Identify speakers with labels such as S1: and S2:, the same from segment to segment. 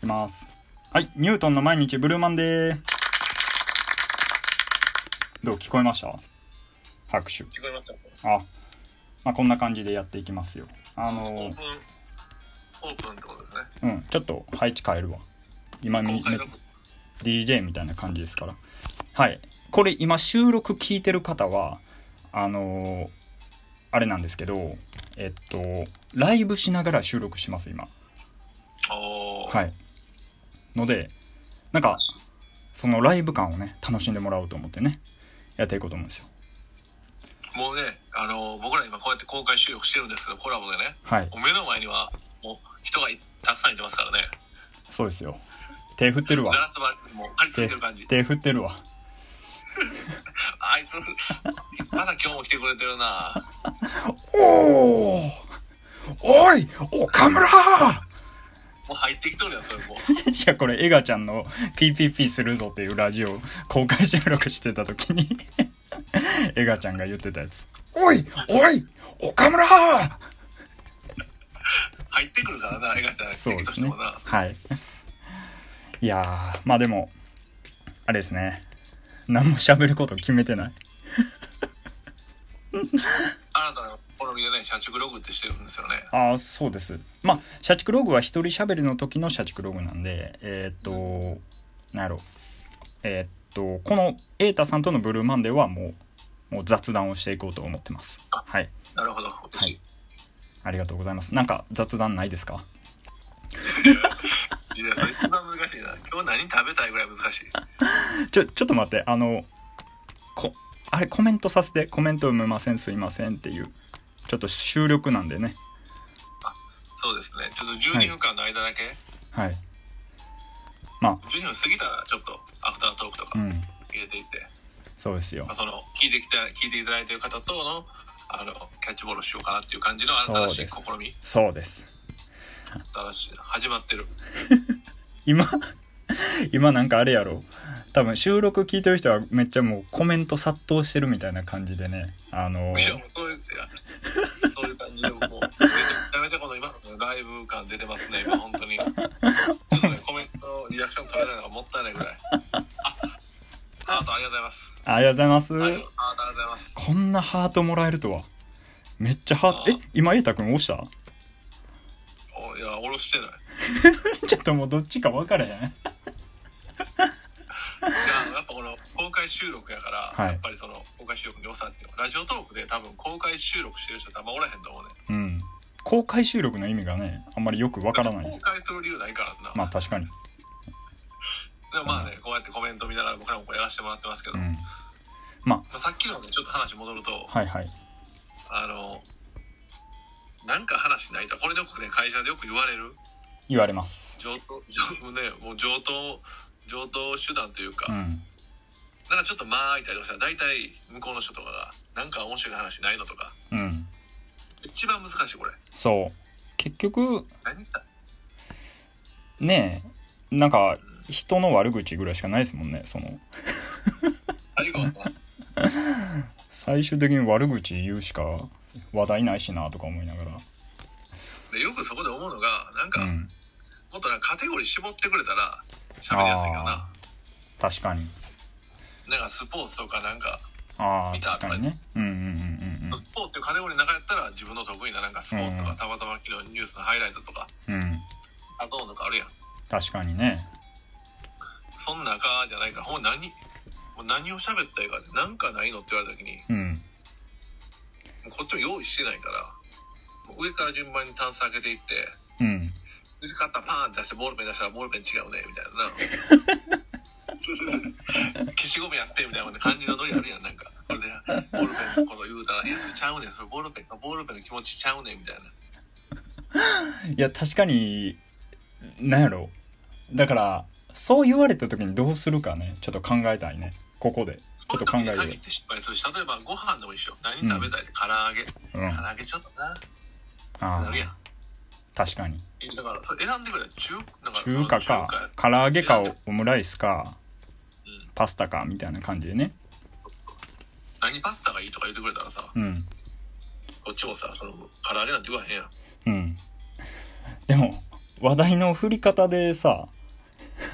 S1: きますはいニュートンの毎日ブルーマンデーどう聞こえました拍手
S2: 聞こえました
S1: あ、まあ、こんな感じでやっていきますよあ
S2: オ
S1: の
S2: ープン、オープンってことですね。
S1: うんちょっと配置変えるわ今み
S2: 公開録音
S1: DJ みたいな感じですからはいこれ今収録聞いてる方はあのーあれなんですけどえっとライブしながら収録してます今
S2: おー、
S1: はいのでなんかそのライブ感をね楽しんでもらおうと思ってねやっていこうと思うんですよ
S2: もうね、あの僕ら今こうやって公開収録してるんですけど、コラボでね、
S1: はい
S2: もう目の前にはもう人がいたくさんいてますからね。
S1: そうですよ手振ってる
S2: ガ
S1: わ
S2: ラス張りも張り付い
S1: 手
S2: てる感じ。
S1: 手振ってるわ
S2: あいつ、まだ今日も来てくれてるな。
S1: おーおい岡村
S2: もう入ってきとるやん、それもう。
S1: じゃあこれエガちゃんの PPP するぞっていうラジオを公開収録してた時に エガちゃんが言ってたやつおいおい岡村
S2: 入ってくるからな、映画じゃない
S1: そうです
S2: も
S1: ね
S2: な。
S1: はい いやーまあでもあれですね何も喋ること決めてない
S2: あなたの好みでね、社畜ログってしてるんですよね。
S1: ああそうですまあ社畜ログは一人喋りの時の社畜ログなんでえーっとなんやろえーっとこの瑛太さんとのブルーマンデーはもうもう雑談をしていこうと思ってますはい
S2: なるほど、嬉しい。
S1: ありがとうございますなんか雑談ないですか
S2: い、や、それ一番難しいな。今日何食べたいぐらい難しい。
S1: ちょちょっと待ってあのこあれコメントさせてコメント読めませんすいませんっていうちょっと収録なんでね
S2: そうですね。ちょっと12分間の間だけ、
S1: はいま
S2: 12分過ぎたらちょっとアフタートークと
S1: あう
S2: か
S1: ん
S2: 入れていって、
S1: そうですよ
S2: まあ、その聞いてきた聞いていただいてる方とのあのキャッチボールしようかなっていう感じの
S1: そう
S2: 新し
S1: で
S2: い
S1: す
S2: 試み
S1: そうです
S2: 新しい始まってる
S1: 今 今なんかあれやろ多分収録聞いてる人はめっちゃもうコメント殺到してるみたいな感じでねあの
S2: いやもうそういういやそういう感じでもうめちゃめちゃこの今のライブ感出てますね今本当にちょっとねコメントリアクション取れないのがもったいないぐらいああなたありがとうございます
S1: ありがとうございます、
S2: ああなたありがとうございます
S1: こんなハートもらえるとはめっちゃハートえ今瑛太君押した
S2: おいやおろしてない
S1: ちょっともうどっちか分からへん
S2: いやあのやっぱこの公開収録やから、
S1: はい
S2: やっぱりその公開収録の良さっていうのはラジオトークで多分公開収録してる人ってあんまおらへんと思うね
S1: うん公開収録の意味がねあんまりよく分からないです
S2: 公開する理由ないからな、
S1: まあ確かに
S2: でもまあねこうやってコメント見ながら僕らもこうやらせてもらってますけど、
S1: う
S2: ま
S1: ん
S2: あ、さっきのねちょっと話戻ると、
S1: はいはい
S2: あのなんか話ないとこれでよくね会社でよく言われる
S1: 言われます
S2: 上等上ねもう上等上等手段というか、
S1: うん
S2: なんかちょっと間空いたりとかしたら大体向こうの人とかがなんか面白い話ないのとか
S1: うん
S2: 一番難しいこれ
S1: そう結局
S2: 何言った
S1: ねえなんか人の悪口ぐらいしかないですもんねその
S2: 最後はな
S1: 最終的に悪口言うしか話題ないしなとか思いながら、
S2: でよくそこで思うのがなんか、
S1: うん、
S2: もっとなんかカテゴリー絞ってくれたら喋りやすいかな
S1: あ確かに
S2: なんかスポーツとかなんか
S1: ああ
S2: 見た
S1: 確かにねうんうんうん
S2: スポーツっていうカテゴリーの中やったら自分の得意ななんかスポーツとか、
S1: うん
S2: たまたま昨日ニュースのハイライトとか
S1: うんうんうん
S2: あどうとかあるやん
S1: 確かにね
S2: そん中じゃないからほんま何もう何を喋ったらいいかってなんかないのって言われた時に
S1: うん
S2: もうこっちも用意してないからもう上から順番にタンス開けていって
S1: うん
S2: 水買ったらパーンって出してボールペン出したらボールペン違うねみたいなな消しゴムやってみたいな感じのノリあるやんなんかこれでボールペンこの言うたら「えそれちゃうねんそれボールペンかボールペンの気持ちちゃうねん」みたいない
S1: や確かになんやろだからそう言われた時にどうするかねちょっと考えたいねここでちょっと考え
S2: そういう時に
S1: る
S2: 限って失敗するし例えばご飯でも一緒何食べたいって唐揚げ
S1: うん
S2: 唐
S1: あ
S2: 揚げちょっとな
S1: あ
S2: なるやん
S1: 確かに
S2: だからそれ選んでくれ中なんかそ
S1: 中
S2: の
S1: 華
S2: 中華
S1: か唐揚げかオムライスか
S2: うん
S1: パスタかみたいな感じでね
S2: 何パスタがいいとか言ってくれたらさ
S1: うん
S2: こっちもさその唐揚げなんて言わへんやん
S1: うんでも話題の振り方でさ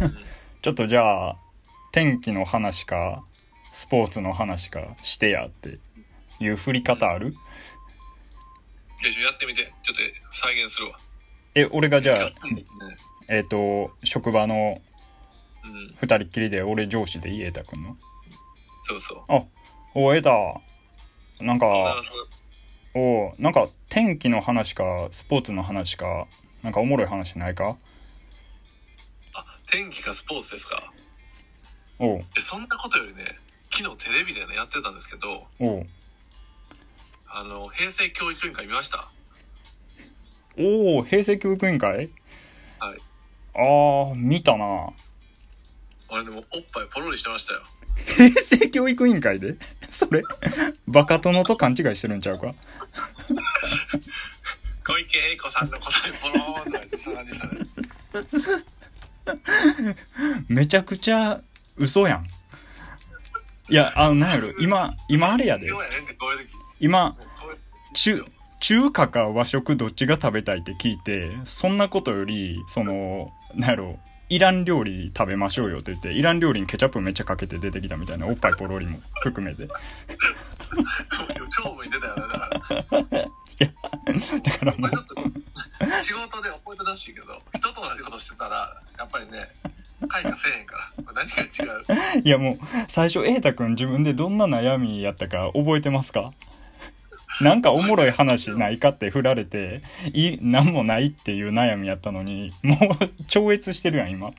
S2: うん
S1: ちょっとじゃあ天気の話かスポーツの話かしてやっていう振り方ある
S2: じゃあちょっとやってみてちょっと再現するわ
S1: え俺がじゃ
S2: や
S1: あ
S2: ってみてね
S1: えっ、と職場の
S2: うん
S1: 2人っきりで俺上司でいい瑛太君の
S2: そうそう
S1: あお瑛太なん
S2: だか
S1: から
S2: そ
S1: おなんか天気の話かスポーツの話かなんかおもろい話ないか
S2: あ天気かスポーツですか
S1: おう
S2: でそんなことよりね昨日テレビでねやってたんですけど
S1: おう
S2: あの平成教育委員会見ました
S1: おお平成教育委員会
S2: はい
S1: ああ見たな
S2: 俺でもおっぱいポロリしてましたよ
S1: 平成教育委員会で それバカ殿と勘違いしてるんちゃうか
S2: 小池栄子さんの答えポローンとか言ってそんな感じでしたね
S1: めちゃくちゃ嘘やんいやあのなんやろ今今あれやで
S2: そうやねんってこういう時
S1: 今
S2: もうこういう
S1: 中中華か和食どっちが食べたいって聞いてそんなことよりそのなんやろイラン料理食べましょうよって言ってイラン料理にケチャップめっちゃかけて出てきたみたいなおっぱいポロリも含めて
S2: でも超に出たよねだから
S1: だからも
S2: まあ
S1: う
S2: ちょっと仕事で覚えたらしいけど人と同じことしてたらやっぱりね会がせえへんからこれ何が違う
S1: いやもう最初瑛太君自分でどんな悩みやったか覚えてますかなんかおもろい話ないかって振られていい何もないっていう悩みやったのにもう超越してるやん今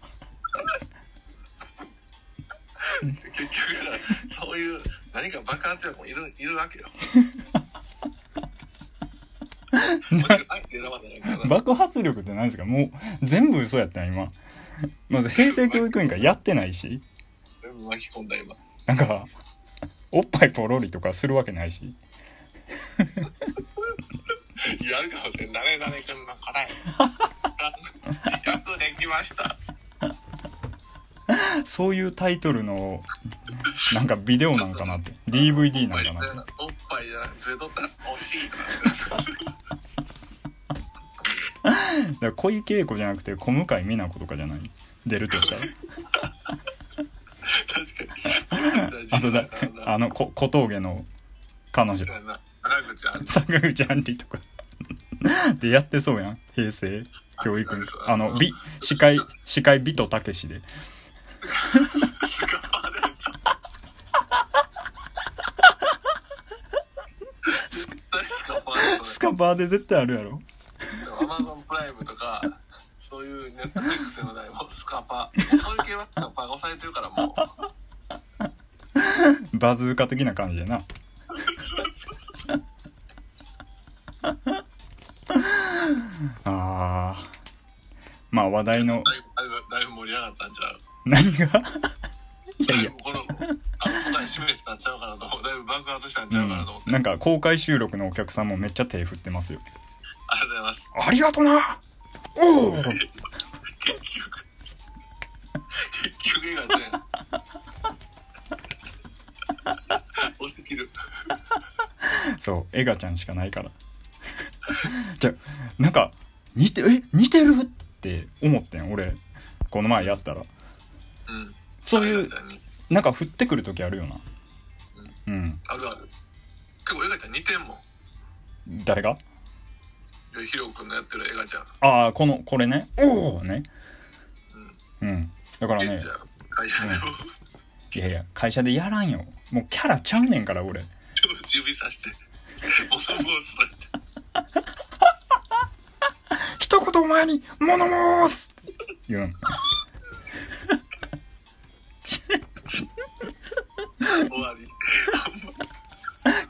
S2: 結局そういう何か爆発力もいるいる わけよもちろん相手選ばないからな
S1: 爆発力って何ですかもう全部嘘やったん今 まず平成教育委員会やってないし
S2: 全部巻き込んだ今
S1: なんかおっぱいポロリとかするわけないし
S2: やるかもしれん誰々君の答 えよくできました
S1: そういうタイトルのなんかビデオなんかなって DVD
S2: おっぱ
S1: ないん
S2: じ
S1: か
S2: ゃ
S1: なって
S2: おっぱいじゃなくてずれとったら惜しいと
S1: だ
S2: か
S1: から小池栄子じゃなくて小向井美奈子とかじゃない出るとしたら
S2: 確かに
S1: あとだあのこ小峠の彼女
S2: 長口ある
S1: 坂口杏里とか でやってそうやん平成教育委員会あの美司会司会美とたけしで
S2: スカパーのやつ 大スカパーのや
S1: ス
S2: つ
S1: カパーで絶対あるやろ
S2: アマゾンプライムとかそういうネットフリックスでもないもうスカパーそういう系はスカパーが抑えてるからもう
S1: バズーカ的な感じで なあーまあ話題の
S2: だいぶだいぶだいぶ盛り上がったんちゃう
S1: 何が
S2: だいぶこのあの答え締めてたんちゃうかなと思うだいぶ爆発したんちゃうかなと思って、
S1: うんなんか公開収録のお客さんもめっちゃ手振ってますよ
S2: ありがとうございます
S1: ありがとなおお
S2: 結局結局映画じゃん押して切る
S1: そうエガちゃんしかないから じゃなんか似てえ似てるって思ってん俺この前やったら
S2: うん
S1: そうい
S2: あエ
S1: う
S2: ガちゃんに
S1: なんか降ってくる時あるよなうん
S2: あるある結構エガちゃん似てんもん
S1: 誰が
S2: でヒロ君のやってるエガちゃん
S1: ああこのこれねおおねうんだから
S2: 現
S1: ね
S2: 地や会社でも
S1: いやいや会社でやらんよもうキャラちゃうねんから俺
S2: 指さして物申されて
S1: 一言お前に「物申す!」言うん
S2: 終わり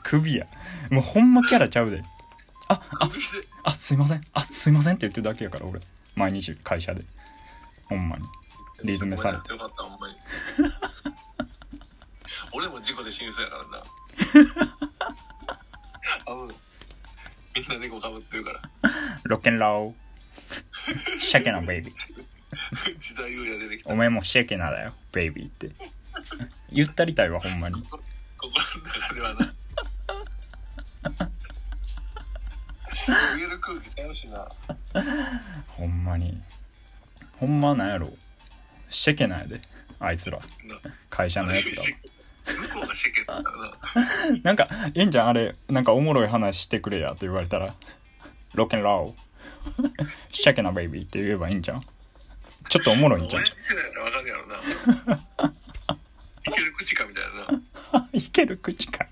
S1: 首やもうほんまキャラちゃうで
S2: あぶして
S1: あすいませんあすいませんって言ってるだけやから俺毎日会社でほんまに リズムされて
S2: よかったほんまに 俺も事故で死にそうやからな 危ないみんな猫かぶって るから
S1: ロッケンロ ールシャケナベイビー
S2: 時代優也出てきた
S1: お前もシャケナだよベイビーって言ったりたいわほんまに
S2: 心の中で はな言える空気楽しいな
S1: ほんまにほんまなんやろシェケなんやであいつら会社のやつら
S2: 向こうがシェケだからな。
S1: なんか「えんちゃんあれなんかおもろい話してくれや」って言われたら「ロケン ローシェケなベイビー」って言えばいいんじゃんち ょっとおもろいん
S2: 俺
S1: じゃ
S2: や
S1: ん
S2: ってないからわかる やろな。いける口かみたいな。
S1: いける口か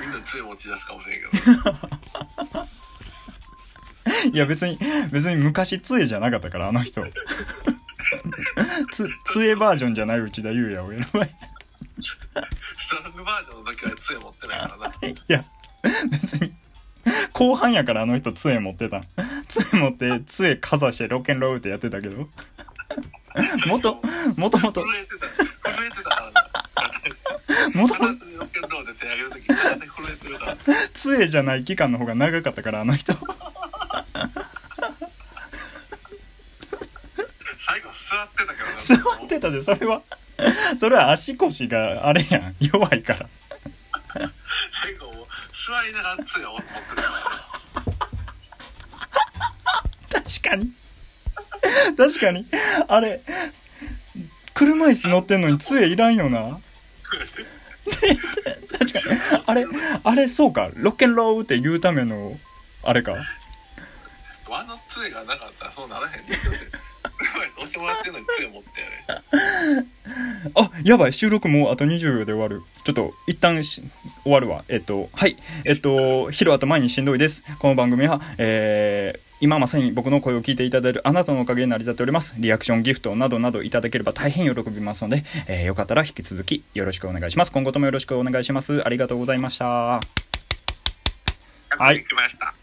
S2: みんな杖持ち出すかもしれんけど。
S1: いや別に別に昔杖じゃなかったからあの人つ杖バージョンじゃない内田裕也を選ば
S2: ストロングバージョンの時は杖持ってないからな。
S1: いや別に後半やからあの人杖持ってたん杖持って杖かざしてロケンロールってやってたけどもともともと
S2: 震えてた。震えてたからな。
S1: もと
S2: 片手にロケンロールで手上げる時片手震えてるから。
S1: 杖じゃない期間の方が長かったからあの人
S2: 最後座ってたけどな。
S1: 座ってたでそれはそれは足腰があれやん弱いから
S2: 最後座りながら杖を持ってるから。
S1: 確かに確かにあれ車椅子乗ってんのに杖いらんよな確かにあれあれそうかロッケンローって言うためのあれか
S2: あの杖がなかったらそうならへんねんだって。 押してもらってんのに杖持ってやれ。
S1: あやばい収録もうあと20秒で終わるちょっと一旦し終わるわえっとはいえっとヒロアと前にしんどいですこの番組はえー今まさに僕の声を聞いていただいるあなたのおかげで成り立っております。リアクション、ギフトなどなどいただければ大変喜びますので、えーよかったら引き続きよろしくお願いします。今後ともよろしくお願いします。ありがとうございました。はい
S2: 来ました。